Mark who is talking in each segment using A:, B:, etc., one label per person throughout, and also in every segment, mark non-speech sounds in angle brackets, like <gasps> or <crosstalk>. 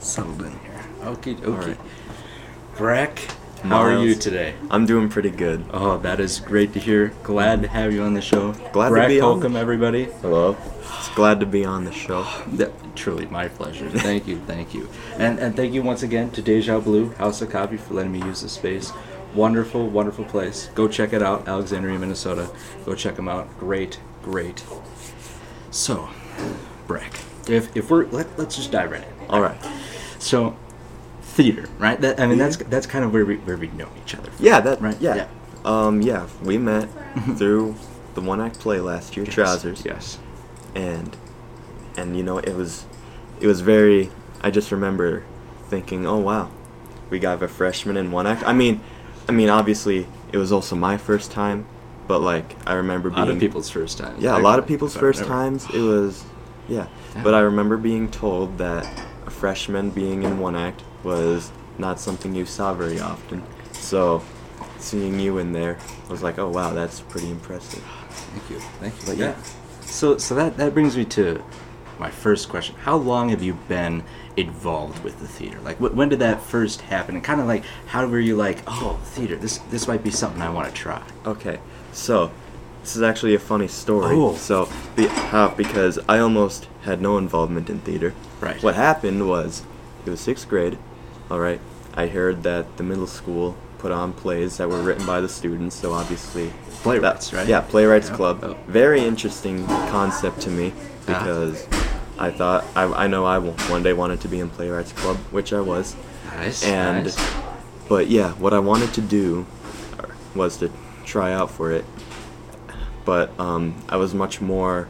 A: settled in here. Okay,
B: All
A: okay.
B: right.
A: Breck, how are you
B: Miles.
A: today?
B: I'm doing pretty good.
A: Oh, that is great to hear. Glad to have you on the show.
B: Glad to
A: Breck
B: be on.
A: Holcomb, everybody.
B: Hello. It's glad to be on the show.
A: <sighs> That, truly my <laughs> pleasure. Thank you, thank you. And and thank you once again to Deja Blue, House of Copy for letting me use this space. Wonderful, wonderful place. Go check it out, Alexandria, Minnesota. Go check them out. Great, great. So, Breck, if if we're let, let's just dive right in.
B: All right.
A: So, theater, right? That, I mean, that's
B: Mm-hmm.
A: that's kind of where we where we know each other. from,
B: Yeah, that
A: Right,
B: right. Yeah.
A: yeah.
B: Um yeah,
A: <laughs>
B: we met through the one act play last year,
A: Yes,
B: Trousers.
A: Yes.
B: And and you know, it was it was very I just remember thinking, "Oh wow. We got a freshman in one act." I mean, I mean, obviously it was also my first time, but like I remember
A: A
B: being
A: lot of people's first time.
B: Yeah, a lot of people's first
A: time.
B: times. It was, yeah.
A: Yeah.
B: But I remember being told that a freshman being in one act was not something you saw very often. So seeing you in there, I was like, oh wow, that's pretty impressive.
A: Thank you. Thank you.
B: But
A: yeah.
B: yeah.
A: So so that that brings me to my first question. How long have you been involved with the theater? Like wh- when did that first happen? And kind of like how were you like, "Oh, theater. This this might be something I want to try."
B: Okay, so this is actually a funny story.
A: Oh.
B: So be, how, because I almost had no involvement in theater.
A: Right.
B: What happened was it was sixth grade. All right. I heard that the middle school put on plays that were written by the students. So obviously, that-
A: Playwrights, right?
B: Yeah, playwrights
A: Yeah.
B: club.
A: Oh.
B: Very interesting concept to me
A: Ah.
B: because I thought I, I know I will one day wanted to be in playwrights club, which I was.
A: Nice.
B: And-
A: nice.
B: But yeah, what I wanted to do was to try out for it. But um, I was much more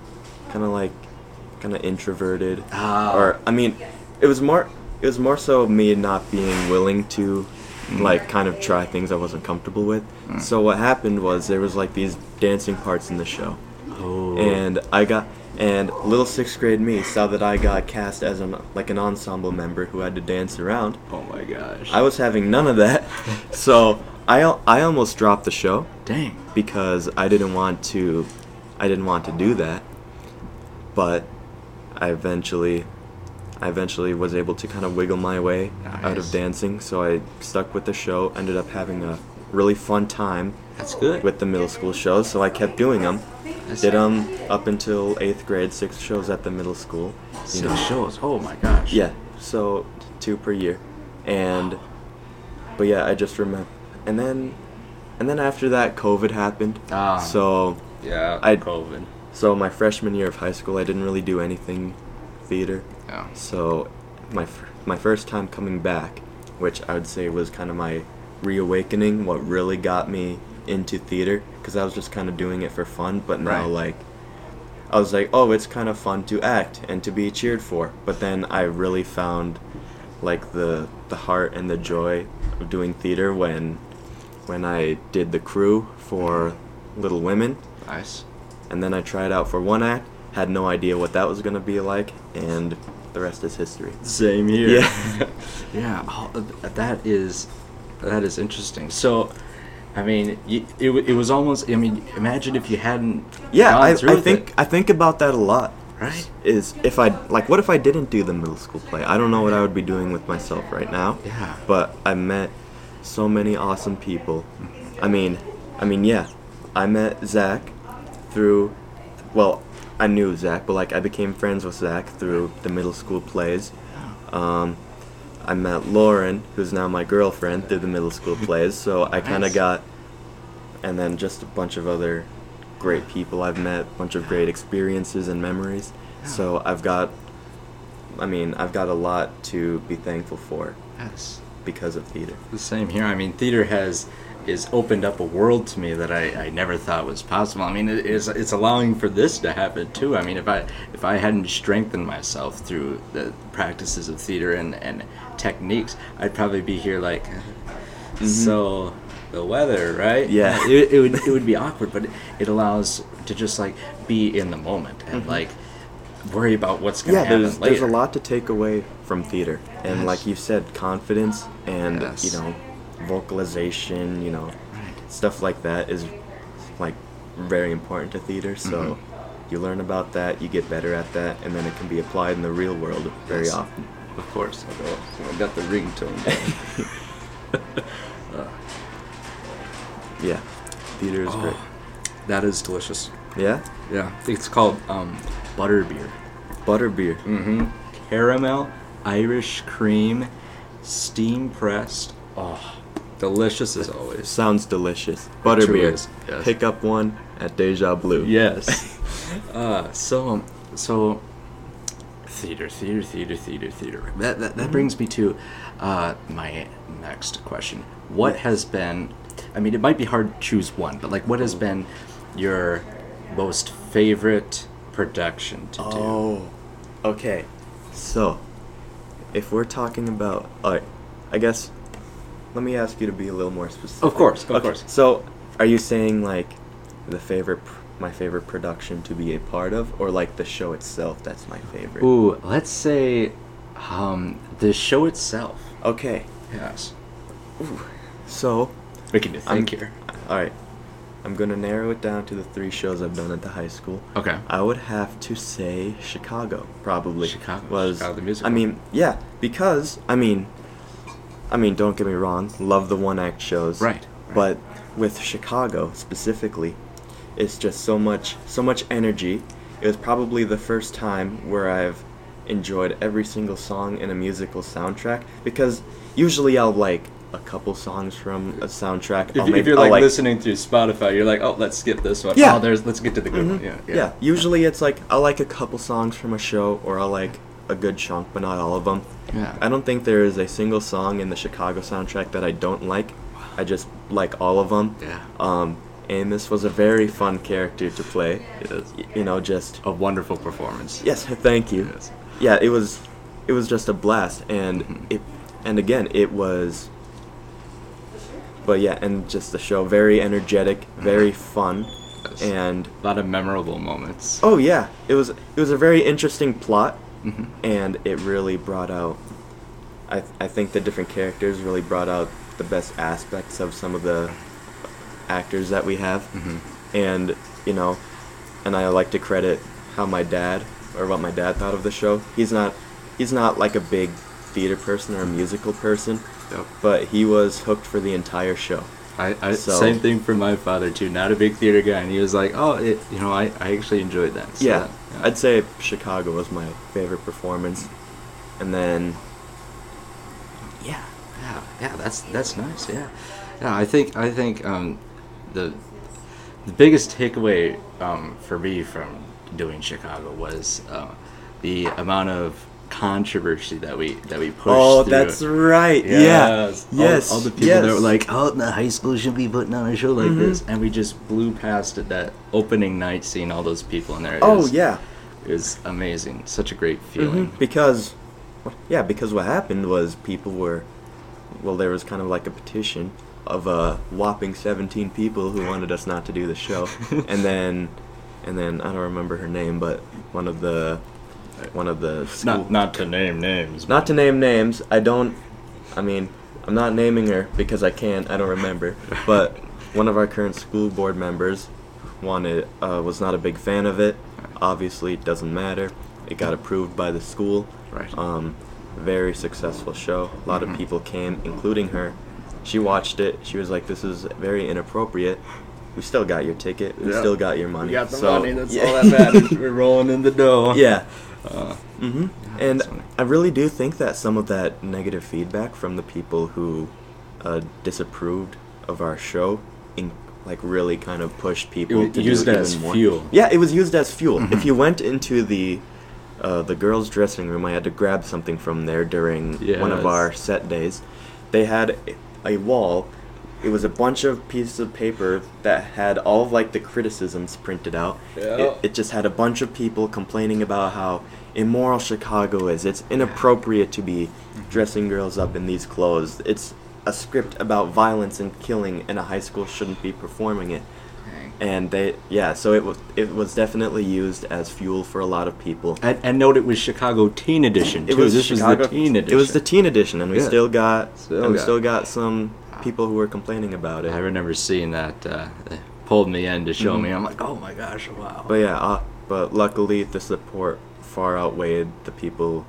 B: kind of like kind of introverted.
A: Ah.
B: Or I mean, it was more it was more so me not being willing to
A: Mm.
B: like kind of try things I wasn't comfortable with. So what happened was there was like these dancing parts in the show.
A: oh.
B: And I got and little 6th grade me saw that I got cast as an like an ensemble member who had to dance around.
A: oh my gosh.
B: I was having none of that. <laughs> So I, al- I almost dropped the show
A: dang.
B: because I didn't want to I didn't want to do that. But I eventually I eventually was able to kind of wiggle my way out
A: Nice.
B: of dancing, so I stuck with the show, ended up having a really fun time
A: That's good.
B: with the middle school shows, so I kept doing them.
A: That's-
B: Did them up until 8th grade, 6 shows at the middle school.
A: six shows. Oh my gosh.
B: Yeah, so t- two per year, and but yeah, I just remember, and then and then after that, COVID happened.
A: Ah.
B: So
A: Yeah.
B: I-
A: COVID.
B: so my freshman year of high school, I didn't really do anything theater.
A: Yeah.
B: So my fir- my first time coming back, which I would say was kind of my reawakening, what really got me into theater, because I was just kind of doing it for fun, but now
A: Right.
B: like. I was like, oh, it's kind of fun to act and to be cheered for. But then I really found like the the heart and the joy of doing theater when when I did the crew for Little Women
A: Nice.
B: and then I tried out for one act, had no idea what that was gonna be like, and the rest is history.
A: Same here.
B: Yeah.
A: <laughs> yeah. oh, th- that is, that is interesting. So, I mean, y- it, wa- it was almost. I mean, imagine if you hadn't.
B: Yeah,
A: gone
B: I,
A: through
B: I
A: with
B: think
A: it.
B: I think about that a lot.
A: Right.
B: Is if I like, what if I didn't do the middle school play? I don't know what I would be doing with myself right now.
A: Yeah.
B: But I met so many awesome people. I mean, I mean, yeah, I met Zach through, well, I knew Zach, but like I became friends with Zach through the middle school plays. Um, I met Lauren, who's now my girlfriend, through the middle school plays. So I kind
A: Nice.
B: of got, and then just a bunch of other great people I've met, bunch of great experiences and memories. So I've got, I mean, I've got a lot to be thankful for
A: Yes.
B: because of theater.
A: The same here. I mean, theater has is opened up a world to me that I, I never thought was possible. I mean, it is it's allowing for this to happen too. I mean, if I if I hadn't strengthened myself through the practices of theater and and techniques, I'd probably be here like. So, the weather, right?
B: Mm-hmm. Yeah.
A: It, it would it would be awkward, but it allows to just like be in the moment and like worry about what's gonna
B: Mm-hmm. Yeah,
A: happen
B: there's
A: later.
B: there's a lot to take away from theater, and like you said, confidence and
A: Yes.
B: you know, vocalization, you know,
A: Right.
B: stuff like that is like very important to theater. So you learn about that, you get better at that, and then it can be applied in the real world very
A: Yes.
B: often.
A: Of course.
C: Oh, I got the ringtone. down.
A: <laughs>
B: Yeah, theater is
A: Oh,
B: great.
A: that is delicious.
B: Yeah,
A: Yeah, it's called um, butterbeer.
B: butterbeer.
A: Mm-hmm. Caramel, Irish cream, steam pressed. Oh, delicious as always.
B: Sounds delicious.
A: truly
B: Butterbeer.
A: is, yes.
B: Pick up one at Deja Blue. <laughs>
A: Yes. <laughs> uh, so, um, so theater, theater, theater, theater, theater. That that, that brings me to uh, my next question. What has been? I mean, it might be hard to choose one, but like, what has been your most favorite production to
B: Oh, okay. So, if we're talking about, all right, I guess, let me ask you to be a little more specific.
A: do? Of course, of
B: Okay,
A: course.
B: So, are you saying like the favorite, pr- my favorite production to be a part of, or like the show itself that's my favorite?
A: Ooh, let's say um, the show itself.
B: Okay.
A: Yes.
B: So,
A: We can do
B: I'm-
A: think here.
B: all right, I'm gonna narrow it down to the three shows I've done at the high school.
A: Okay.
B: I would have to say Chicago, probably.
A: Chicago,
B: was.
A: Chicago the
B: I
A: musical.
B: mean, yeah, because I mean, I mean, don't get me wrong, love the one act shows.
A: Right, right.
B: But with Chicago specifically, it's just so much, so much energy. It was probably the first time where I've enjoyed every single song in a musical soundtrack because usually I'll like a couple songs from a soundtrack.
C: If,
B: I'll
C: you- if
B: maybe-
C: you're
B: I'll,
C: like, listening through Spotify, you're like, oh, let's skip this one.
B: Yeah.
C: Oh, there's. Let's get to the good
B: Mhm.
C: one. Yeah.
B: yeah. Usually it's like I like a couple songs from a show, or I like a good chunk, but not all of them.
A: Yeah.
B: I don't think there is a single song in the Chicago soundtrack that I don't like. I just like all of them.
A: Yeah.
B: Um, Amos was a very fun character to play.
A: Yes.
B: Y- You know, just
A: A wonderful performance.
B: yes, thank you.
A: Yes.
B: Yeah, it was, it was just a blast, and
A: Mhm.
B: it, and again, it was. But yeah, and just the show, very energetic, very fun,
A: Yes.
B: and
A: A lot of memorable moments.
B: Oh yeah, it was it was a very interesting plot,
A: Mhm.
B: and it really brought out. I th- I think the different characters really brought out the best aspects of some of the actors that we have,
A: Mhm.
B: and you know, and I like to credit how my dad or what my dad thought of the show. He's not he's not like a big theater person or a musical person,
A: Yep.
B: but he was hooked for the entire show.
A: I, I
B: So-
A: same thing for my father too. Not a big theater guy, and he was like, "Oh, it, you know, I, I actually enjoyed that." So
B: yeah,
A: that-
B: I'd say Chicago was my favorite performance, and then
A: yeah, yeah, yeah. That's that's nice. Yeah, yeah. I think I think um, the the biggest takeaway um, for me from doing Chicago was uh, the amount of controversy that we that we pushed.
B: Oh,
A: through.
B: that's right.
C: Yes.
B: Yeah. Yes.
A: all, all the people
B: yes.
A: that were like, "Oh, the high school should be putting on a show like
B: Mhm.
A: this," and we just blew past it. That opening night, seeing all those people in there. it
B: oh
A: was-
B: yeah,
A: is amazing. Such a great
B: hmm
A: feeling.
B: because, yeah, because what happened was people were, well, there was kind of like a petition of a whopping 17 people who wanted us not to do the
A: <laughs>
B: show, and then, and then I don't remember her name, but one of the, one of the school,
A: Not not to name names.
B: Not to name names, I don't. I mean, I'm not naming her because I can't. I don't remember. But one of our current school board members wanted uh, was not a big fan of it. Obviously, it doesn't matter. It got approved by the school.
A: Right.
B: Um, very successful show. A lot of
A: Mhm.
B: people came, including her. She watched it. She was like, "This is very inappropriate." We still got your ticket. We
C: Yeah.
B: still got your money.
C: We got the
B: So-
C: money.
B: <laughs>
C: That's
B: Yeah.
C: all that
A: <laughs>
C: matters. We're rolling in the dough.
B: yeah.
A: Oh. Uh,
B: hmm
A: Yeah,
B: and
A: that's funny.
B: I really do think that some of that negative feedback from the people who uh, disapproved of our show, in, like really kind of pushed people
A: It was
B: to
A: used
B: do even
A: as
B: more.
A: fuel.
B: Yeah, it was used as fuel. If
A: Mhm.
B: you went into the uh, the girls' dressing room, I had to grab something from there during one of
A: Yes.
B: our set days. They had a wall. It was a bunch of pieces of paper that had all of like the criticisms printed out.
C: Yeah.
B: It, it just had a bunch of people complaining about how immoral Chicago is. It's inappropriate to be dressing girls up in these clothes. It's a script about violence and killing, and a high school shouldn't be performing it. And they, yeah, so it was it was definitely used as fuel for a lot of people.
A: and, and note it was Chicago Teen Edition too.
B: It was
A: this
B: Chicago-
A: was the Teen Edition.
B: It was the teen edition, and we
A: Yeah.
B: still got
A: Still
B: and we
A: got-
B: still got some people who were complaining about it.
A: I remember seeing that. Uh, they pulled me in to show me.
B: Mhm.
A: I'm like, oh my gosh, wow.
B: But yeah, uh, but luckily the support far outweighed the people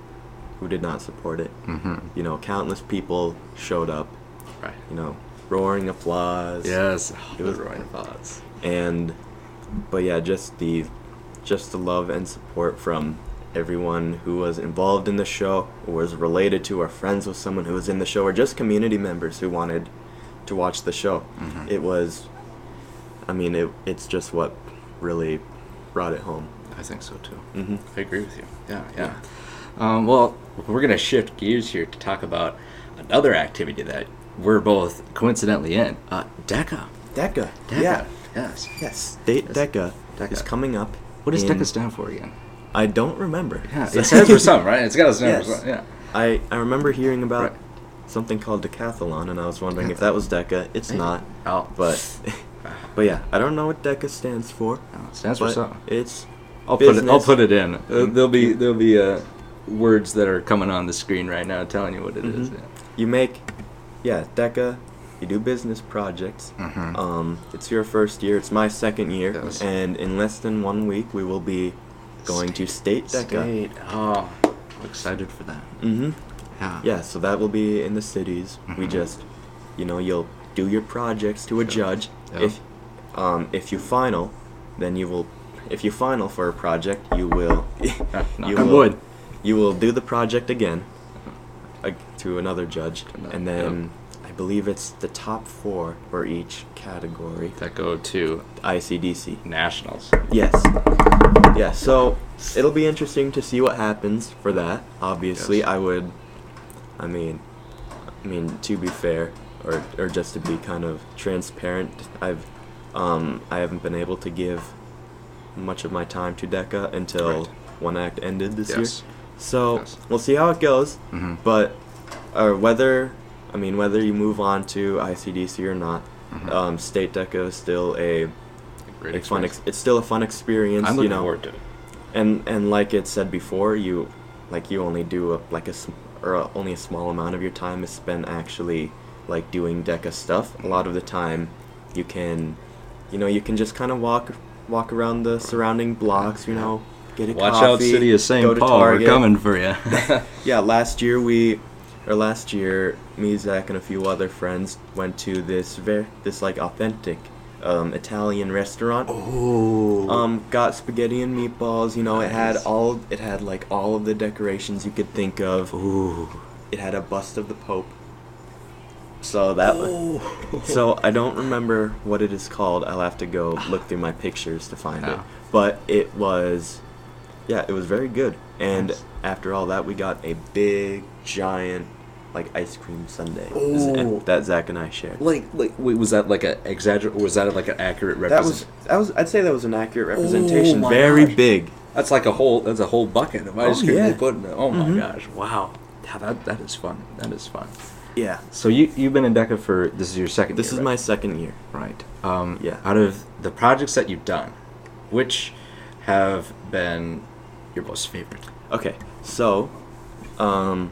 B: who did not support it.
A: Mm-hmm.
B: You know, countless people showed up.
A: Right.
B: You know, roaring applause.
A: Yes.
B: It was-
A: the roaring applause.
B: and but yeah just the just the love and support from everyone who was involved in the show or was related to or friends with someone who was in the show or just community members who wanted to watch the show
A: Mhm.
B: it was i mean it, it's just what really brought it home
A: I think so too.
B: hmm
A: Mm-hmm. I agree with you. Yeah, yeah. Um, well, we're gonna shift gears here to talk about another activity that we're both coincidentally in. Uh, DECA.
B: deca
A: DECA.
B: yeah
A: Yes.
B: yes state
A: Yes.
B: deca
A: DECA.
B: is coming up
A: What does
B: in-
A: DECA stand for again?
B: i don't remember
A: Yeah, it stands
B: <laughs>
A: for something, right? It's got a stand for
B: Yes.
A: something. Yeah.
B: I, I remember hearing about
A: Right.
B: something called decathlon, and I was wondering if that was DECA. It's
A: Hey.
B: not,
A: Oh, <laughs>
B: but but yeah, I don't know what DECA stands for.
A: No, it stands for
B: but
A: something.
B: It's
A: I'll put it. I'll
B: business.
A: put it in.
C: Uh, there'll be there'll be uh, words that are coming on the screen right now telling you what it is.
B: Mhm.
A: Mm-hmm.
C: Yeah.
B: You make, yeah, DECA. You do business projects.
A: Mhm.
C: Uh,
B: Um, it's your first year. It's my second year,
A: Yes.
B: and in less than one week, we will be going to state DECA.
A: State. Oh, I'm excited for that.
B: Mm-hmm.
A: Yeah.
B: Yeah, so that will be in the cities. We
A: Mhm.
B: just, you know, you'll do your projects to a
A: Sure.
B: judge.
A: Yeah.
B: If, um, if you final, then you will. If you final for a project, you will. <laughs>
A: knock
B: you
A: on
B: will.
A: wood.
B: You will do the project again, ag- to another judge,
A: Another-
B: and then I believe it's the top four for each category.
A: That go to
B: ICDC.
A: nationals.
B: Yes. Yeah, so it'll be interesting to see what happens for that. Obviously,
A: Yes.
B: I would I mean I mean to be fair or or just to be kind of transparent, I've um I haven't been able to give much of my time to DECA until
A: Right.
B: one act ended this
A: Yes.
B: year. So,
A: Yes.
B: we'll see how it goes,
A: Mhm.
B: but or whether I mean whether you move on to ICDC or not,
A: Mhm.
B: um, state DECA is still a
A: Great
B: a fun
A: experience.
B: ex- it's still a fun experience
A: I'm looking
B: you know
A: forward to it.
B: and and like it said before you like you only do a, like a s- or a, only a small amount of your time is spent actually like doing deca stuff a lot of the time you can you know you can just kind of walk walk around the surrounding blocks you know get a
A: Watch out,
B: coffee,
A: City of
B: go
A: St.
B: to
A: Paul. We're
B: Target.
A: coming for
C: <laughs>
A: you.
B: <laughs> yeah last year we or last year me zach and a few other friends went to this ver- this like authentic um, italian restaurant
A: oh.
B: um, got spaghetti and meatballs. You know, it had
A: Nice.
B: all it had like all of the decorations you could think of.
A: Ooh.
B: It had a bust of the Pope. So that was,
A: Oh.
B: so I don't remember what it is called. I'll have to go look through my pictures to find it.
A: Yeah.
B: But it was, yeah, it was very good. And
A: Nice.
B: after all that, we got a big giant like ice cream sundae
C: Ooh.
B: that Zach and I shared.
C: Like like wait, was that like a exaggerate? Was that like an accurate
B: That was
C: representation?
B: that was I'd say that was an accurate representation.
C: my
B: very
C: gosh.
B: big.
C: That's like a whole. That's a whole bucket of ice
B: Oh,
C: cream
B: yeah.
C: they put in. There. Oh
B: Mhm.
A: Mm-hmm.
C: my gosh! Wow. Yeah, that that is fun. That is fun.
B: Yeah.
A: So you you've been in DECA for this is your second.
B: This
A: year,
B: is my second year.
A: my right. Um,
B: Yeah.
A: Out of the projects that you've done, which have been your most favorite?
B: Okay, so, um,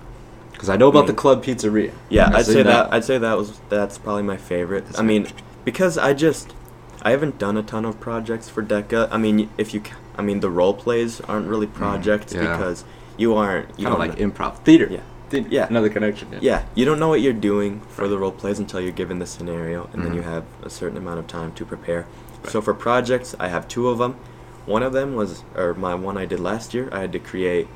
A: Because I know about the
B: Mm.
A: club pizzeria.
B: yeah,
A: I
B: I'd
A: see
B: say that I'd say that was that's probably my favorite.
A: That's
B: I mean, because I just I haven't done a ton of projects for Deca. I mean, if you, ca- I mean, the role plays aren't really projects
A: Mm, yeah.
B: because you aren't you
A: kind of
B: don't
A: like
B: know-
A: improv theater.
B: Yeah.
C: Did,
B: Yeah.
C: Another connection.
B: yeah you don't know what you're doing for the role plays until you're given the scenario and then you
A: Mhm.
B: have a certain amount of time to prepare
A: Right.
B: so for projects i have two of them one of them was or my one i did last year i had to create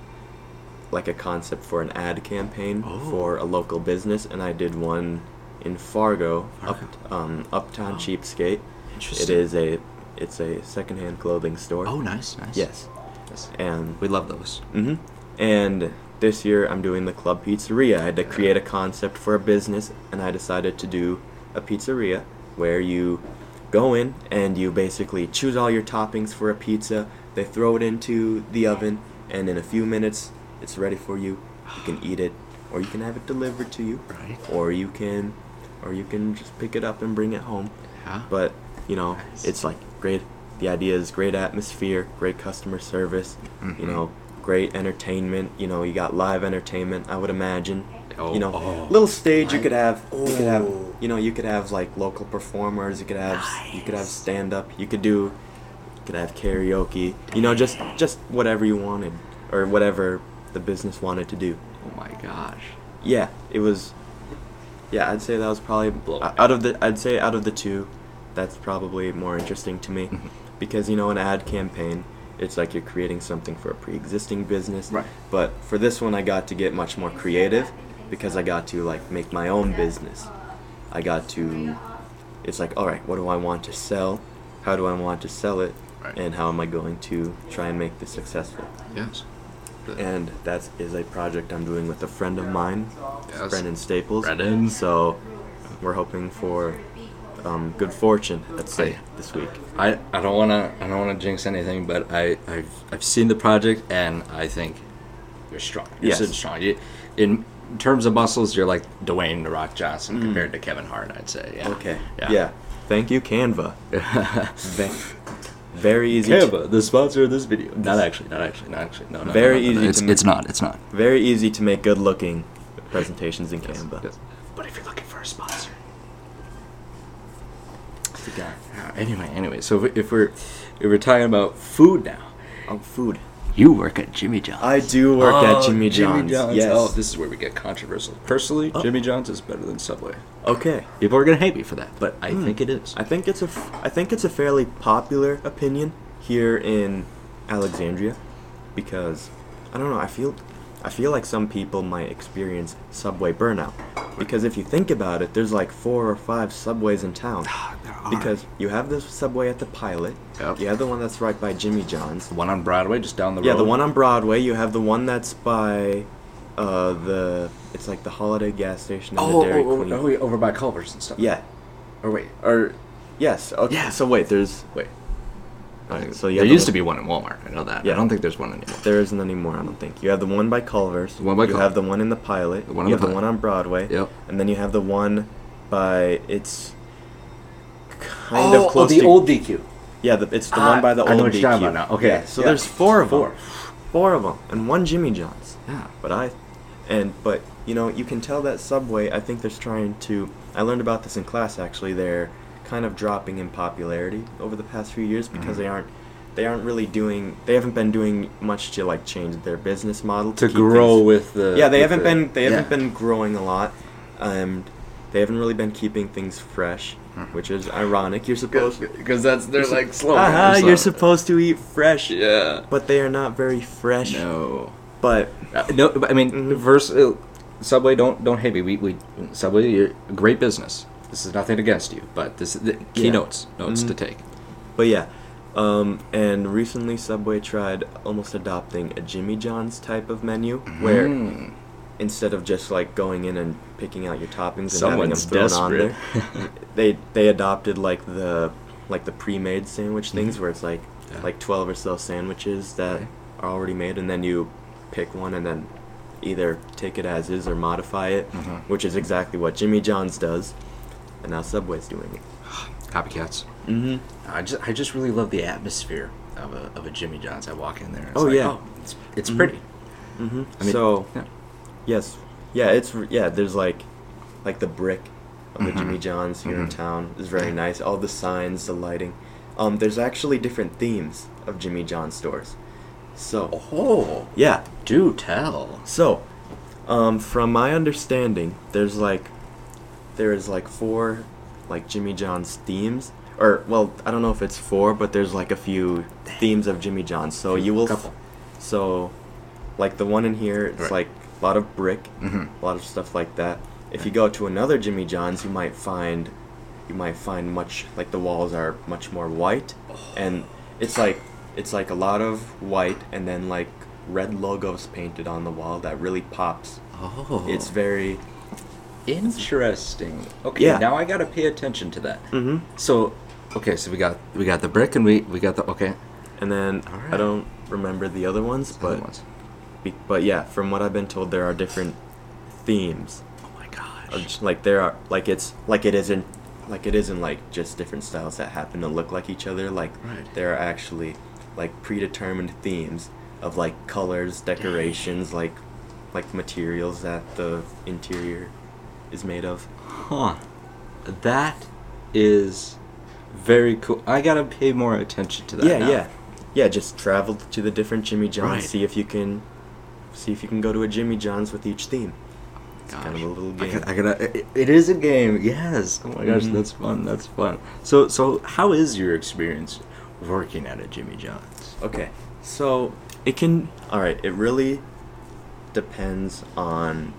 B: like a concept for an ad campaign
A: Oh.
B: for a local business and i did one in fargo, Up,
A: Fargo.
B: um, uptown
A: Oh.
B: cheapskate it
A: Interesting.
B: is a it's a secondhand clothing store
A: Oh, nice, nice.
B: yes
A: Yes.
B: and
A: We love those.
B: hmm And this year I'm doing the club pizzeria. I had to create a concept for a business, and I decided to do a pizzeria where you go in and you basically choose all your toppings for a pizza. They throw it into the oven, and in a few minutes, it's ready for you. You can eat it, or you can have it delivered to you,
A: Right.
B: or you can, or you can just pick it up and bring it home
A: Yeah.
B: but you know
A: Nice.
B: it's like great the idea is great atmosphere great customer service you
A: Mhm.
B: know great entertainment you know you got live entertainment i would imagine
A: Oh,
B: you know
A: oh.
B: little stage you could have you could have
C: Oh.
B: you know you could have like local performers you could have you could have
A: Nice.
B: stand up you could do you could have karaoke you know just just whatever you wanted or whatever the business wanted to do.
A: Oh my gosh.
B: Yeah, it was. Yeah, I'd say that was probably
A: Blow
B: uh, out of the. I'd say out of the two, that's probably more interesting to me,
A: Mm-hmm.
B: because you know an ad campaign, it's like you're creating something for a pre-existing business.
A: Right.
B: But for this one, I got to get much more creative, because I got to like make my own business. I got to. It's like, all right, what do I want to sell? How do I want to sell it?
A: Right.
B: And how am I going to try and make this successful?
A: Yes.
B: and that is a project I'm doing with a friend of mine,
A: Yes.
B: Brendan Staples.
A: Brendan.
B: So we're hoping for um, good fortune, let's say,
A: Aye.
B: this week.
A: I, I don't wanna I don't wanna jinx anything, but I I've, I've seen the project and I think you're strong. You're
B: Yes.
A: sitting strong. You, in terms of muscles, you're like Dwayne the Rock Johnson compared to Kevin Hart. I'd say. Yeah.
B: Okay.
A: Mm. Yeah. <laughs>
B: Thank you, Canva. Ve- very easy. To,
A: Canva, the sponsor of this video. Not actually. Not actually. Not actually. No. no, no,
B: Very
A: no, no, no.
B: easy to
A: It's,
B: make-
A: it's not. It's not.
B: very easy to make good-looking presentations in Canva.
A: Yes. But if you're looking for a sponsor.
B: It's a guy.
A: Yeah, uh, Anyway, anyway, so if, if we're if we're talking about food now,
B: Oh, food.
A: you work at Jimmy John's.
B: I do work
A: Oh,
B: at Jimmy John's. Yes.
A: Oh, this is where we get controversial. Personally,
B: Oh.
A: Jimmy John's is better than Subway.
B: okay.
A: People are gonna hate me for that, but I
B: Hmm.
A: think it is.
B: I think it's a f- I think it's a fairly popular opinion here in Alexandria because I don't know, I feel I feel like some people might experience subway burnout because if you think about it, there's like four or five subways in town. Because you have this subway at the Pilot,
A: Ah, Yep.
B: you have the one that's right by Jimmy John's.
A: the one on Broadway, just down the
B: Yeah,
A: road.
B: the one on Broadway, you have the one that's by uh, the it's like the Holiday gas station and
A: Oh,
B: the Dairy
A: oh,
B: Queen.
A: oh, oh, yeah, over by Culver's and stuff.
B: Yeah.
A: Or wait, or
B: Yes. Okay.
A: Yeah.
B: So wait, there's
A: wait.
B: Alright, so
A: Uh, so
B: you
A: there
B: have the
A: used to
B: one-
A: be one in Walmart. I know that.
B: Yeah.
A: I don't think there's one anymore.
B: There isn't any more, I don't think. You have the one by Culver's.
A: The one by
B: You
A: Culver.
B: have the one in the pilot.
A: The one in
B: you have
A: the
B: the
A: Pilot.
B: one on Broadway.
A: Yep.
B: And then you have the one by it's kind
A: Oh,
B: of close
A: oh, the
B: to
A: old DQ.
B: Yeah, the, it's the
A: Ah,
B: one by the
A: I know
B: old
A: what you're talking
B: DQ.
A: about now. Okay,
B: Yeah, so
A: yeah.
B: there's four of
A: Four.
B: them. Four of them and one Jimmy John's.
A: Yeah.
B: But I and but you know, you can tell that Subway, I think there's trying to I learned about this in class actually. They're kind of dropping in popularity over the past few years because
A: Mhm.
B: they aren't they aren't really doing they haven't been doing much to like change their business model
A: To
B: keep
A: grow
B: things-
A: with the
B: yeah they
A: with
B: haven't
A: the-
B: been they haven't
A: yeah.
B: been growing a lot um they haven't really been keeping things fresh
A: Mhm.
B: which is ironic you're supposed
A: because that's they're
B: you're sup-
A: like slow.
B: Aha,
A: They're
B: you're
A: slow.
B: supposed to eat fresh
A: Yeah.
B: but they are not very fresh
A: No.
B: but
A: Uh, no, but I mean,
B: Mhm.
A: verse uh, Subway. Don't don't hate me. We, we Subway. You're a great business. This is nothing against you, but this the keynotes notes
B: Mhm.
A: to take.
B: but yeah um, and recently subway tried almost adopting a jimmy john's type of menu where
A: Mm.
B: instead of just like going in and picking out your toppings and
A: Someone's
B: having them thrown
A: desperate.
B: on there, <laughs> they they adopted like the like the pre-made sandwich things where it's like
A: Mm-hmm. Yeah.
B: like twelve or so sandwiches that
A: Okay.
B: are already made, and then you pick one and then either take it as is or modify it,
A: Mhm.
B: which is exactly what Jimmy John's does, and now Subway's doing it.
A: copycats.
B: Mm-hmm.
A: I just I just really love the atmosphere of a of a Jimmy John's. I walk in there. And it's
B: Oh,
A: like,
B: yeah.
A: oh, it's it's
B: Mhm.
A: pretty.
B: Mm-hmm.
A: I mean,
B: so
A: yeah.
B: Yes. Yeah, it's r- yeah. There's like, like the brick of the
A: Mhm.
B: Jimmy John's here in
A: Mhm.
B: town is very nice. All the signs, the lighting. Um, there's actually different themes of Jimmy John stores. So
A: oh
B: yeah.
A: do tell.
B: So, um, from my understanding, there's like, there is like four, like Jimmy John's themes. Or well, I don't know if it's four, but there's like a few themes of Jimmy John's. So you will.
A: Couple.
B: So, like the one in here, it's
A: Right.
B: like a lot of brick,
A: Mhm.
B: a lot of stuff like that. If you go to another Jimmy John's, you might find, you might find much like the walls are much more white,
A: Oh.
B: and it's like it's like a lot of white and then like red logos painted on the wall that really pops.
A: Oh,
B: It's very
A: interesting. Okay,
B: Yeah.
A: now I gotta pay attention to that.
B: Mhm.
A: So, okay, so we got we got the brick and we we got the okay.
B: and then I
A: Alright.
B: don't remember the other ones,
A: Other
B: but
A: ones.
B: be, but yeah, from what I've been told, there are different themes.
A: oh my gosh.
B: Or just, like there are like it's like it isn't like it isn't like just different styles that happen to look like each other like
A: Right.
B: there are actually like predetermined themes of like colors decorations like like materials that the interior is made of
A: Huh. That is very cool. I gotta pay more attention to that.
B: yeah
A: now.
B: yeah yeah just travel to the different jimmy john's
A: Right.
B: see if you can see if you can go to a Jimmy John's with each theme. It's kind of a little
A: I
B: game.
A: gotta, I gotta- it- it is a game. Yes. Oh my gosh,
B: Mhm.
A: that's fun. That's fun. So, so how is your experience working at a Jimmy John's?
B: Okay, so it can. All right, it really depends on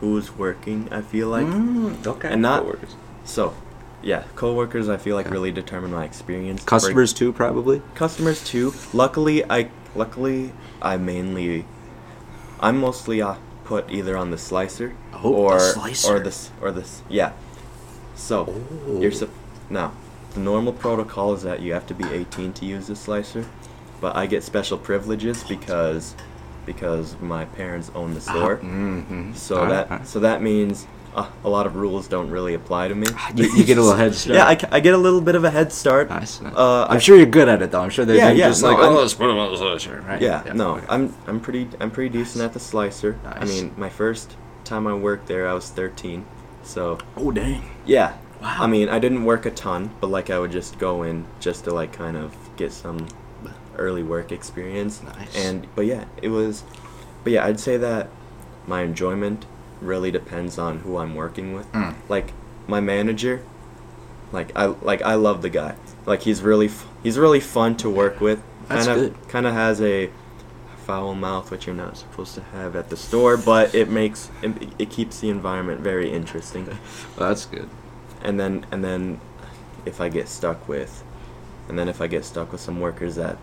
B: who's working. I feel like.
A: Mm, okay.
B: And not-
A: Coworkers.
B: So, yeah, coworkers. I feel like
A: Yeah.
B: really determine my experience. For-
A: customers too, probably.
B: customers too. Luckily, I luckily I mainly, I'm mostly uh, put either on the slicer
A: Oh, the
B: or
A: slicer.
B: or this or this yeah. So
A: Oh.
B: you're sup- now the normal protocol is that you have to be 18 to use the slicer, but I get special privileges because because my parents own the store.
A: Mm-hmm.
B: So that so that means uh, a lot of rules don't really apply to me.
A: Ah, You- you get a little head start.
B: <laughs> yeah, I, ca- I get a little bit of a head start.
A: Nice. nice.
B: Uh,
A: I'm
B: I-
A: sure you're good at it, though. I'm sure they're
B: Yeah, yeah,
A: just
B: no,
A: like,
B: I'm-
A: oh, let's put them on the slicer, right?
B: Yeah, no,
A: okay.
B: I'm I'm pretty I'm pretty decent at the slicer. I
A: Nice.
B: mean, my first time I worked there, I was 13. So
A: Oh dang.
B: yeah,
A: Wow.
B: I mean, I didn't work a ton, but like I would just go in just to like kind of get some early work experience.
A: Nice.
B: And but yeah, it was, but yeah, I'd say that my enjoyment really depends on who I'm working with.
A: Mm.
B: Like my manager, like I like I love the guy. Like he's really f- he's really fun to work with.
A: That's
B: kind
A: good.
B: of kind of has a foul mouth which you're not supposed to have at the store, but it makes it, it keeps the environment very
A: <laughs>
B: interesting.
A: Well, that's good.
B: And then and then if I get stuck with and then if I get stuck with some workers that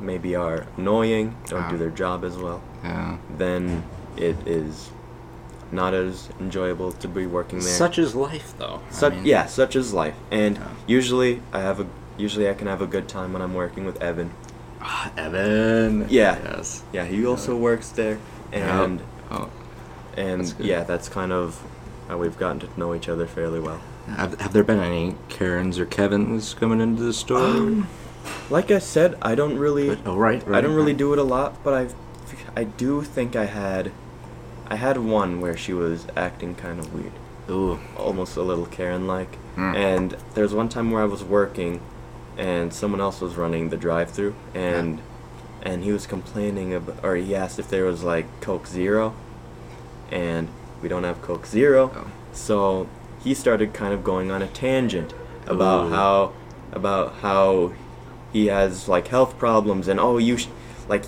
B: maybe are annoying, don't
A: Ah.
B: do their job as well,
A: Yeah.
B: then it is not as enjoyable to be working there.
A: Such is life, though. I
B: Such,
A: mean,
B: yeah, such is life. And
A: Yeah.
B: usually I have a usually I can have a good time when I'm working with Evan.
A: Ah, Evan.
B: Yeah.
A: Yes.
B: Yeah, he also works there,
A: Yeah.
B: and
A: Oh.
B: and
A: That's good.
B: yeah, that's kind of how we've gotten to know each other fairly well.
A: Have, have there been any Karens or Kevins coming into the store?
B: <gasps> Um, Like I said, I don't really,
A: But- oh, right, right.
B: I don't really
A: right.
B: do it a lot, but I, I do think I had, I had one where she was acting kind of weird.
A: Ooh.
B: almost a little Karen like.
A: Mm.
B: And there was one time where I was working and someone else was running the drive through and and he was complaining about or he asked if there was like Coke Zero and we don't have Coke Zero.
A: Oh.
B: So he started kind of going on a tangent about
A: Ooh.
B: how about how he has like health problems and oh you sh- like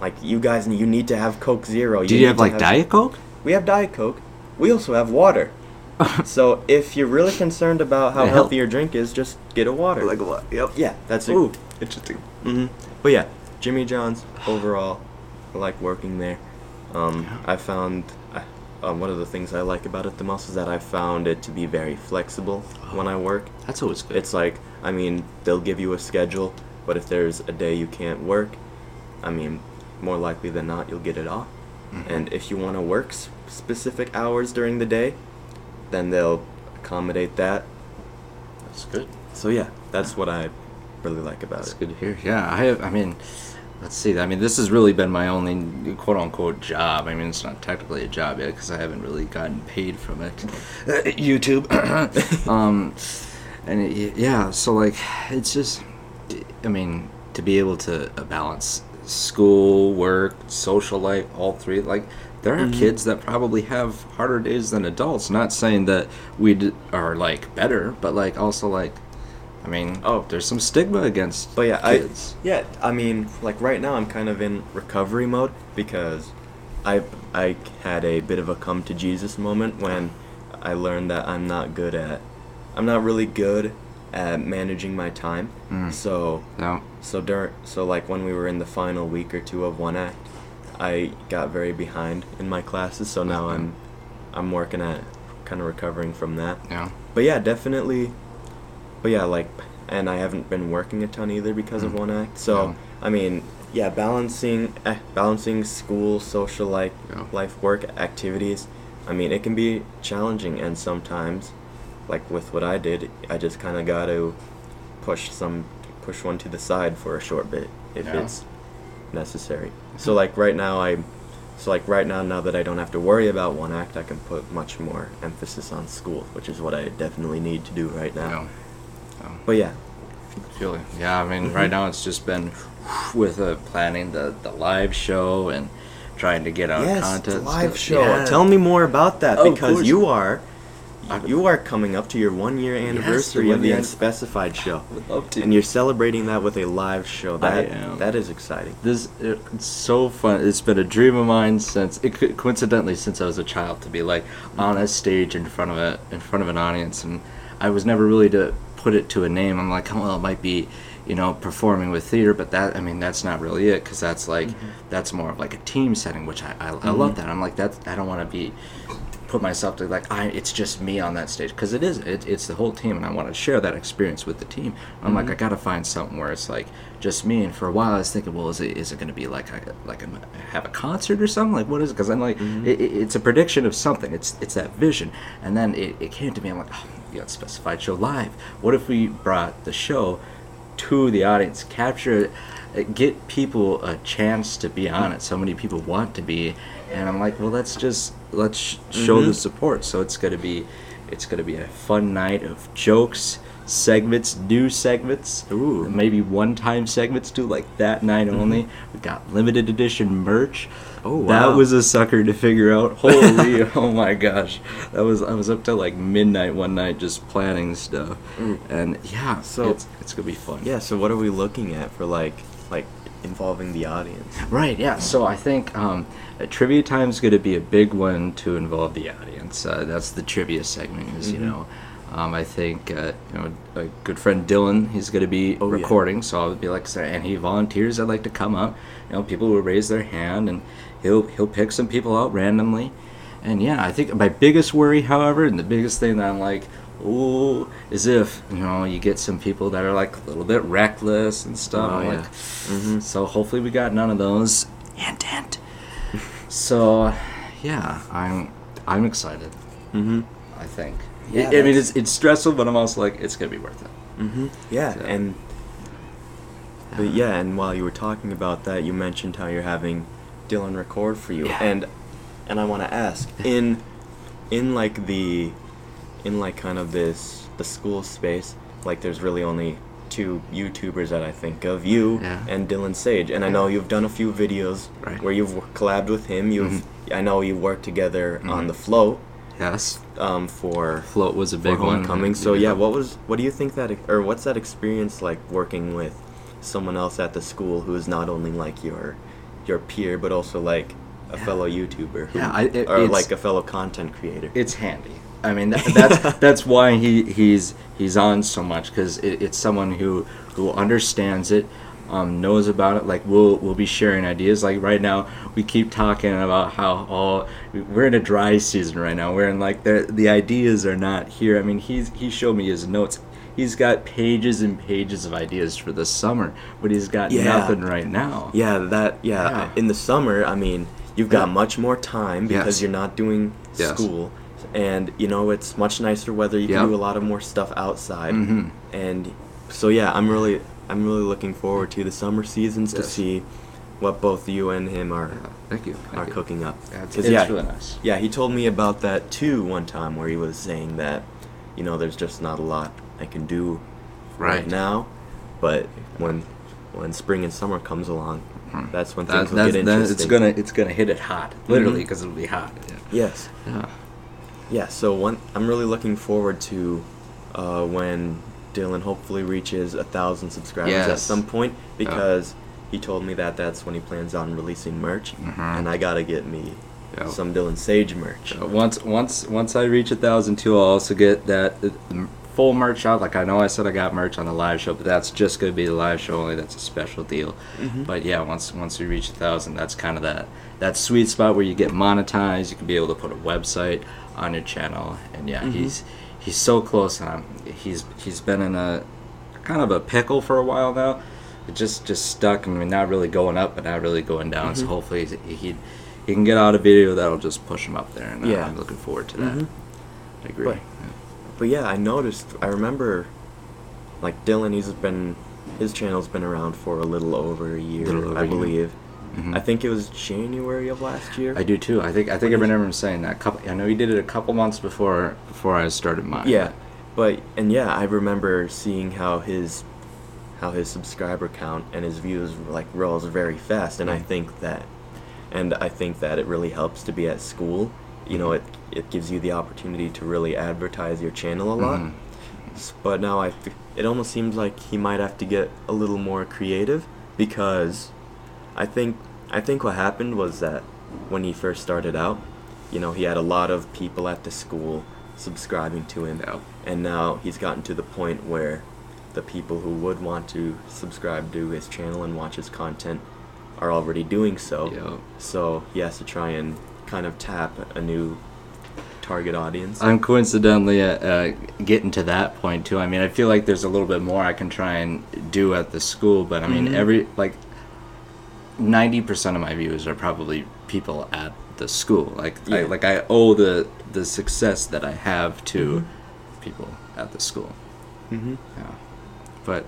B: like you guys you need to have Coke Zero.
A: Did you
B: need
A: have
B: to
A: like Diet Coke?
B: we have Diet Coke. We also have water. <laughs> so if you're really concerned about how
A: Yeah, help.
B: healthy your drink is, just get a water.
A: what? Yep.
B: yeah, that's it.
A: Ooh, interesting.
B: hmm But yeah, Jimmy John's overall, I like working there. Um, I found I, um, one of the things I like about it the most is that I found it to be very flexible
A: Oh.
B: when I work.
A: That's always good.
B: It's like, I mean, they'll give you a schedule, but if there's a day you can't work, I mean, more likely than not, you'll get it off. And if you want to work s- specific hours during the day, then they'll accommodate that.
A: that's good.
B: So, yeah, that's what I really like about
A: That's
B: it.
A: good to hear. Yeah, I have. I mean, let's see. I mean, this has really been my only quote unquote job. I mean, it's not technically a job yet because I haven't really gotten paid from it. <coughs> Uh, YouTube. <coughs> um, and it, yeah, so like, it's just. I mean, to be able to uh, balance school, work, social life, all three, like. There
B: Mm-hmm.
A: are kids that probably have harder days than adults. Not saying that we d- are like better, but like also like, I mean,
B: Oh.
A: there's some stigma against
B: But yeah,
A: kids.
B: I yeah, I mean, like right now I'm kind of in recovery mode because I I had a bit of a come to Jesus moment when I learned that I'm not good at I'm not really good at managing my time.
A: Mm.
B: So
A: no.
B: so during so like when we were in the final week or two of one act, I got very behind in my classes. So now I'm I'm working at kind of recovering from that.
A: Yeah.
B: But yeah, definitely. But yeah, like, and I haven't been working a ton either because of
A: Mm.
B: one act. So
A: No.
B: I mean, yeah, balancing eh, balancing school, social life,
A: Yeah.
B: life, work activities. I mean, it can be challenging, and sometimes, like with what I did, I just kind of got to push some push one to the side for a short bit if
A: Yeah.
B: it's necessary. So like right now, I. So like right now, now that I don't have to worry about one act, I can put much more emphasis on school, which is what I definitely need to do right now.
A: No. Mm-hmm.
B: But Oh, yeah,
A: Really. Yeah, I mean, right now it's just been with uh, planning the, the live show and trying to get on
B: yes,
A: contests.
B: it's a live
A: stuff.
B: show.
A: Yeah.
B: Tell me more about that
A: Oh, of
B: because
A: course.
B: you are
A: I would-
B: you are coming up to your one year anniversary
A: one
B: of the
A: year-
B: Unspecified show, <laughs>
A: would love to.
B: and you're celebrating that with a live show. That
A: am.
B: that is exciting.
A: This it's so fun. It's been a dream of mine since it, co- coincidentally since I was a child to be like on a stage in front of a in front of an audience, and I was never really to put it to a name. I'm like, oh, well, it might be, you know, performing with theater, but that I mean, that's not really it because that's like that's more of like a team setting, which I I, I love that. I'm like that. I don't want to be put myself to like I it's just me on that stage because it is it, it's the whole team and I want to share that experience with the team. I'm like I gotta find something where it's like just me. And for a while I was thinking, well, is it is it gonna be like I like I'm have a concert or something? Like what is it? Because I'm like it, it- it's a prediction of something. It's it's that vision. And then it, it came to me. I'm like, oh, you got specified show live. What if we brought the show to the audience, capture it, get people a chance to be on it. So many people want to be, and I'm like, well, let's just let's sh- show
B: Mm-hmm.
A: the support. So it's gonna be, it's gonna be a fun night of jokes, segments, new segments,
B: Ooh. Mm-hmm.
A: maybe one-time segments too, like that night only. We got limited edition merch.
B: Oh,
A: That
B: wow.
A: was a sucker to figure out. Holy,
B: <laughs>
A: oh my gosh, that was I was up till like midnight one night just planning stuff, and yeah,
B: Mm. So-
A: so it's, it's gonna be fun.
B: Yeah. So what are we looking at for like like involving the audience?
A: Right, yeah. So I think um, uh, trivia time is going to be a big one to involve the audience. Uh, that's the trivia segment, is you know. Um, I think uh, you know a good friend Dylan. He's going to be
B: yeah.
A: recording, so I'll be like, "Sir," and he volunteers. I'd like to come up. You know, people will raise their hand, and he'll he'll pick some people out randomly. And yeah, I think my biggest worry, however, and the biggest thing that I'm like, ooh, is if you know you get some people that are like a little bit reckless and stuff.
B: Oh,
A: I'm
B: yeah.
A: like, so hopefully we got none of those. Hint, hint. <laughs> So, yeah, I'm I'm excited.
B: Mm-hmm.
A: I think.
B: Yeah,
A: I- I mean,
B: that's-
A: it's it's stressful, but I'm also like, it's gonna be worth it.
B: Mm-hmm. Yeah,
A: So-
B: and but yeah, and while you were talking about that, you mentioned how you're having Dylan record for you,
A: Yeah.
B: and and I want
A: <laughs>
B: to ask in in like the in like kind of this the school space, like there's really only two YouTubers that I think of, you
A: Yeah.
B: and Dylan Sage, and I know you've done a few videos
A: Right. Mm-hmm.
B: where you've w- collabed with him. You've I know you worked together on the float
A: Yes,
B: um, for
A: float was a
B: for
A: big one
B: homecoming. So yeah, what was what do you think that or what's that experience like working with someone else at the school who is not only like your your peer but also like a fellow YouTuber who,
A: Yeah, I- it-
B: or
A: it's-
B: like a fellow content creator.
A: it's handy. I mean,
B: <laughs>
A: that, that's that's why he he's he's on so much because it, it's someone who who understands it, um, knows about it. Like we'll we'll be sharing ideas. Like right now, we keep talking about how all we're in a dry season right now. We're in like the the ideas are not here. I mean, he's he showed me his notes. He's got pages and pages of ideas for the summer, but he's got
B: Yeah.
A: nothing right now.
B: yeah, that yeah,
A: Yeah.
B: in the summer, I mean, you've got
A: Yeah.
B: much more time because
A: Yes.
B: you're not doing
A: Yes.
B: school and you know it's much nicer weather. You
A: Yep.
B: can do a lot of more stuff outside.
A: Mhm.
B: and so yeah i'm really i'm really looking forward to the summer seasons to
A: Yes.
B: see what both you and him are
A: Yeah. Thank you. Thank
B: are
A: you.
B: cooking up
A: Yeah, it's,
B: 'Cause,
A: it's
B: yeah,
A: really nice.
B: yeah he told me about that too one time where he was saying that you know there's just not a lot i can do right,
A: Right.
B: now but when when spring and summer comes along
A: Mhm.
B: Hmm. that's when
A: That,
B: things will
A: that's,
B: get
A: that-
B: interesting
A: it's gonna it's gonna hit it hot, literally,
B: Mhm.
A: because it'll be hot.
B: yes
A: Yeah.
B: Yeah, so one, I'm really looking forward to uh, when Dylan hopefully reaches a thousand subscribers at
A: Yes.
B: some point because he told me that that's when he plans on releasing merch,
A: Mhm.
B: and I gotta get me
A: Yeah.
B: some Dylan Sage merch.
A: Uh, once once once I reach a thousand too, I'll also get that uh, m- full merch out. Like I know I said I got merch on the live show, but that's just gonna be the live show only. That's a special deal.
B: Mm-hmm.
A: But yeah, once once we reach a thousand, that's kind of that that sweet spot where you get monetized. You can be able to put a website on your channel, and
B: Mm-hmm.
A: yeah, he's he's so close, and I'm, he's he's been in a kind of a pickle for a while now. It just just stuck and we're not really going up, but not really going down.
B: Mm-hmm.
A: So hopefully he he- he can get out a video that'll just push him up there, and
B: Yeah.
A: I'm looking forward to that.
B: Mhm.
A: I agree.
B: Right. But yeah, I noticed. I remember, like Dylan, he's been his channel's been around for a little over a year,
A: Little over a
B: I
A: year.
B: believe.
A: Mhm.
B: I think it was January of last year.
A: I do too. I think I think I remember him saying that. Couple, I know he did it a couple months before before I started mine.
B: Yeah, but and yeah, I remember seeing how his how his subscriber count and his views like rose very fast, and I
A: Mhm.
B: think that and I think that it really helps to be at school. You know, it it gives you the opportunity to really advertise your channel a lot.
A: Mhm.
B: S- But now I, f- it almost seems like he might have to get a little more creative because, I think I think what happened was that when he first started out, you know, he had a lot of people at the school subscribing to him,
A: Yeah.
B: and now he's gotten to the point where the people who would want to subscribe to his channel and watch his content are already doing so.
A: Yeah.
B: So he has to try and kind of tap a new target audience.
A: I'm coincidentally uh, uh, getting to that point too. I mean, I feel like there's a little bit more I can try and do at the school, but I mean,
B: Mhm.
A: every like ninety percent of my views are probably people at the school. Like, I,
B: Yeah.
A: like I owe the the success that I have to people at the school.
B: mm-hmm.
A: Yeah, but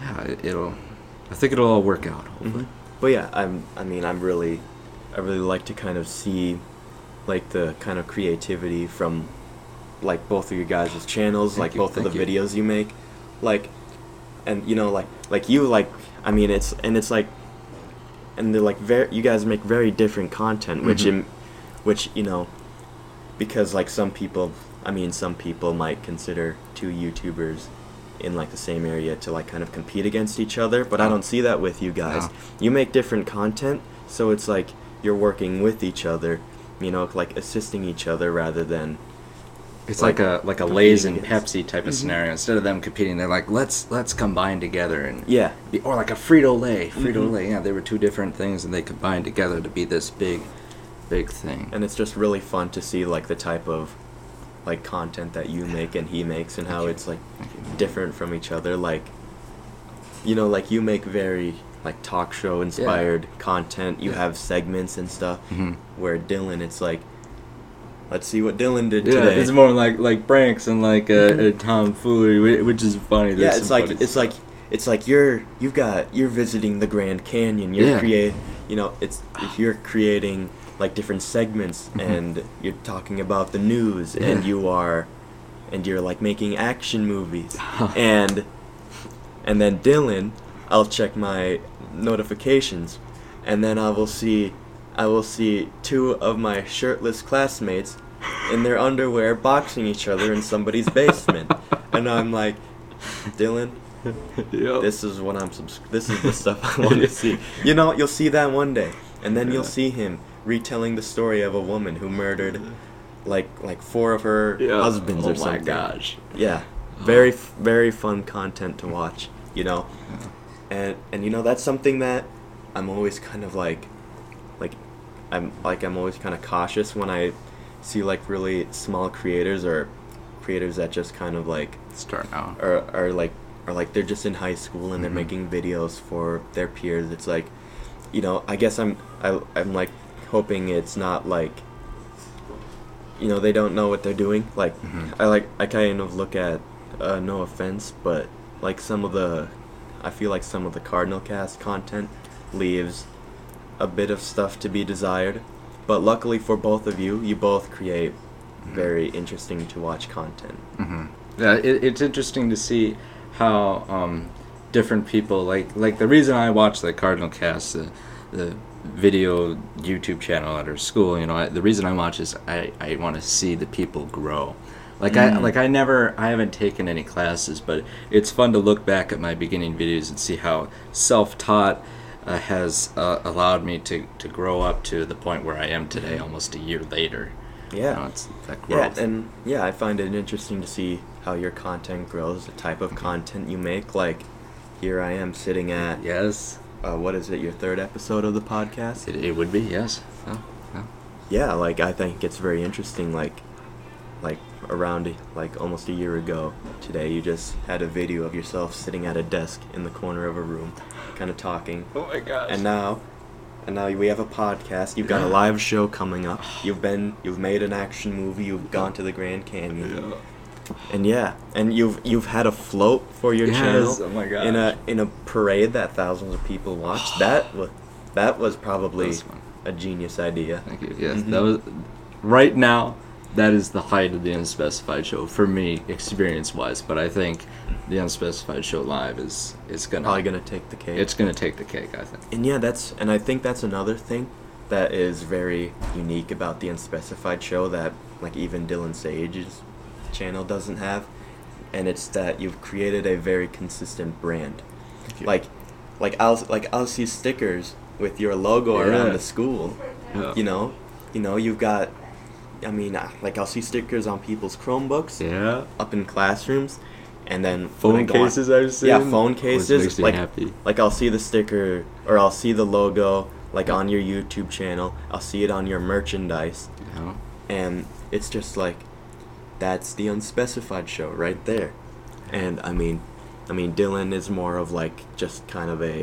A: yeah, it, it'll. I think it'll all work out. Hopefully.
B: But Mm-hmm. yeah, I'm. I mean, I'm really, I really like to kind of see, like the kind of creativity from, like both of you guys' channels,
A: Thank
B: like
A: you,
B: both of the
A: thank you.
B: videos you make, like, and you know, like like you like. I mean, it's and it's like, and they're like very. You guys make very different content, which
A: Mhm.
B: im, which you know, because like some people, I mean, some people might consider two YouTubers in like the same area to like kind of compete against each other, but I
A: No.
B: don't see that with you guys.
A: No.
B: You make different content, so it's like you're working with each other, you know, like assisting each other rather than
A: It's like,
B: Like
A: a like a
B: competing
A: Lay's and
B: against-
A: Pepsi type of
B: Mhm.
A: scenario. Instead of them competing, they're like, let's let's combine together and
B: yeah,
A: be, or like a Frito Lay. Frito
B: Mhm.
A: Lay, yeah, they were two different things and they combined together to be this big, big thing.
B: and it's just really fun to see like the type of like content that you make and he makes and how
A: Okay.
B: it's like
A: Thank you.
B: different from each other like you know like you make very like talk show inspired content you
A: Yeah.
B: have segments and stuff
A: Mhm.
B: where dylan it's like let's see what dylan did
A: Yeah,
B: today Mm-hmm.
A: it's more like like pranks and like uh, uh, tomfoolery, whi- which is funny. There's
B: yeah
A: some
B: it's like
A: funny
B: it's
A: stuff.
B: like it's like you're you've got you're visiting the grand canyon you're
A: Yeah.
B: create you know it's you're creating like different segments and you're talking about the news and
A: Mm-hmm. Yeah.
B: you are and you're like making action
A: <laughs>
B: movies and and then dylan i'll check my notifications and then i will see i will see two of my shirtless classmates in their underwear boxing each other in somebody's
A: <laughs>
B: basement and i'm like dylan
A: Yep.
B: this is what i'm subs- this is the stuff i
A: <laughs>
B: want to see you know you'll see that one day and then you'll
A: Yeah.
B: see him retelling the story of a woman who murdered like like four of her
A: Mm-hmm. Yeah.
B: husbands
A: oh
B: or something
A: my gosh.
B: yeah very f- very fun content to watch you know
A: Yeah.
B: and and you know that's something that I'm always kind of like like I'm like I'm always kind of cautious when I see like really small creators or creators that just kind of like
A: Start now.
B: are are like are like they're just in high school and they're
A: Mhm.
B: making videos for their peers it's like you know I guess I'm I, I'm like hoping it's not like you know they don't know what they're doing like
A: Mhm.
B: I like I kind of look at uh, no offense but like some of the I feel like some of the Cardinal cast content leaves a bit of stuff to be desired but luckily for both of you you both create very interesting to watch content
A: hmm Yeah, it, it's interesting to see how um, different people like like the reason I watch the Cardinal Cast, the, the video YouTube channel at our school. You know, I, the reason I watch is I, I want to see the people grow. Like I
B: Mm.
A: like I never I haven't taken any classes, but it's fun to look back at my beginning videos and see how self-taught uh, has uh, allowed me to, to grow up to the point where I am today, almost a year later.
B: yeah
A: you know, it's that
B: Yeah,
A: growth.
B: and yeah, I find it interesting to see how your content grows, the type of content you make. Like, here I am sitting at,
A: yes,
B: uh, what is it, your third episode of the podcast?
A: it, it would be yes. Oh, yeah.
B: Yeah, like, I think it's very interesting. Like, like around, like, almost a year ago today, you just had a video of yourself sitting at a desk in the corner of a room, kind of talking.
A: Oh my gosh.
B: And now, and now we have a podcast. You've got a
A: Yeah.
B: live show coming up. You've been, you've made an action movie. You've gone to the Grand Canyon. And yeah, and you've you've had a float for your
A: Yes,
B: channel
A: oh my gosh.
B: in a in a parade that thousands of people
A: <sighs>
B: watched. that was that was probably
A: That's fun.
B: a genius idea.
A: Thank you. Yes,
B: Mhm.
A: that was right now. That is the height of the unspecified show for me, experience-wise. But I think the unspecified show live is is gonna
B: Probably gonna take the cake.
A: it's gonna take the cake. I think.
B: and yeah, that's and I think that's another thing that is very unique about the unspecified show that like even Dylan Sage's channel doesn't have, and it's that you've created a very consistent brand.
A: you.
B: Like, like I'll like I'll see stickers with your logo around
A: Yeah.
B: the school.
A: Yeah.
B: You know, you know you've got. I mean, I- like I'll see stickers on people's Chromebooks
A: Yeah.
B: up in classrooms, and then when I
A: Phone
B: go on-
A: cases I've seen.
B: yeah, phone
A: Which
B: cases.
A: makes me
B: like,
A: happy.
B: like I'll see the sticker or I'll see the logo like on your YouTube channel. I'll see it on your merchandise,
A: You know?
B: and it's just like that's the unspecified show right there. And I mean, I mean Dylan is more of like just kind of a.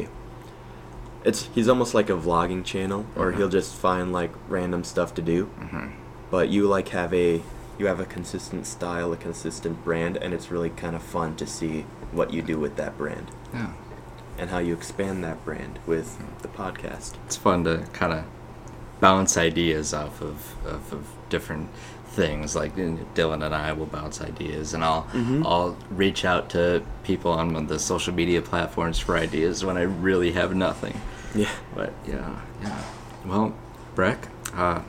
B: It's he's almost like a vlogging channel, or
A: Mhm.
B: he'll just find like random stuff to do
A: Mhm.
B: but you like have a you have a consistent style, a consistent brand, and it's really kind of fun to see what you do with that brand
A: Yeah.
B: and how you expand that brand with the podcast.
A: It's fun to kind of bounce ideas off of, of, of different things. Like you know, Dylan and I will bounce ideas, and I'll
B: Mhm.
A: I'll reach out to people on the social media platforms for ideas when I really have nothing.
B: Yeah.
A: But yeah, yeah. Well, Breck, uh,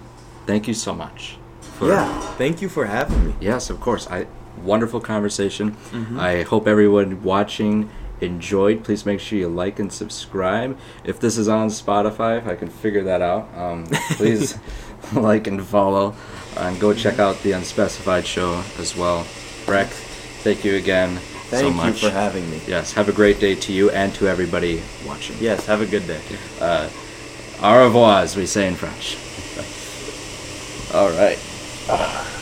A: thank you so much. For,
B: Yeah. Thank you for having me.
A: Yes, of course. I wonderful conversation.
B: Mhm.
A: I hope everyone watching enjoyed. Please make sure you like and subscribe. If this is on Spotify, if I can figure that out, um,
B: <laughs>
A: please like and follow, and go check
B: Mm-hmm.
A: out the Unspecified Show as well. Breck, thank you again so
B: Thank you
A: much.
B: for having me.
A: yes, have a great day to you and to everybody watching.
B: Yes. Have a good day.
A: Uh, au revoir, as we say in French. All right. Ah.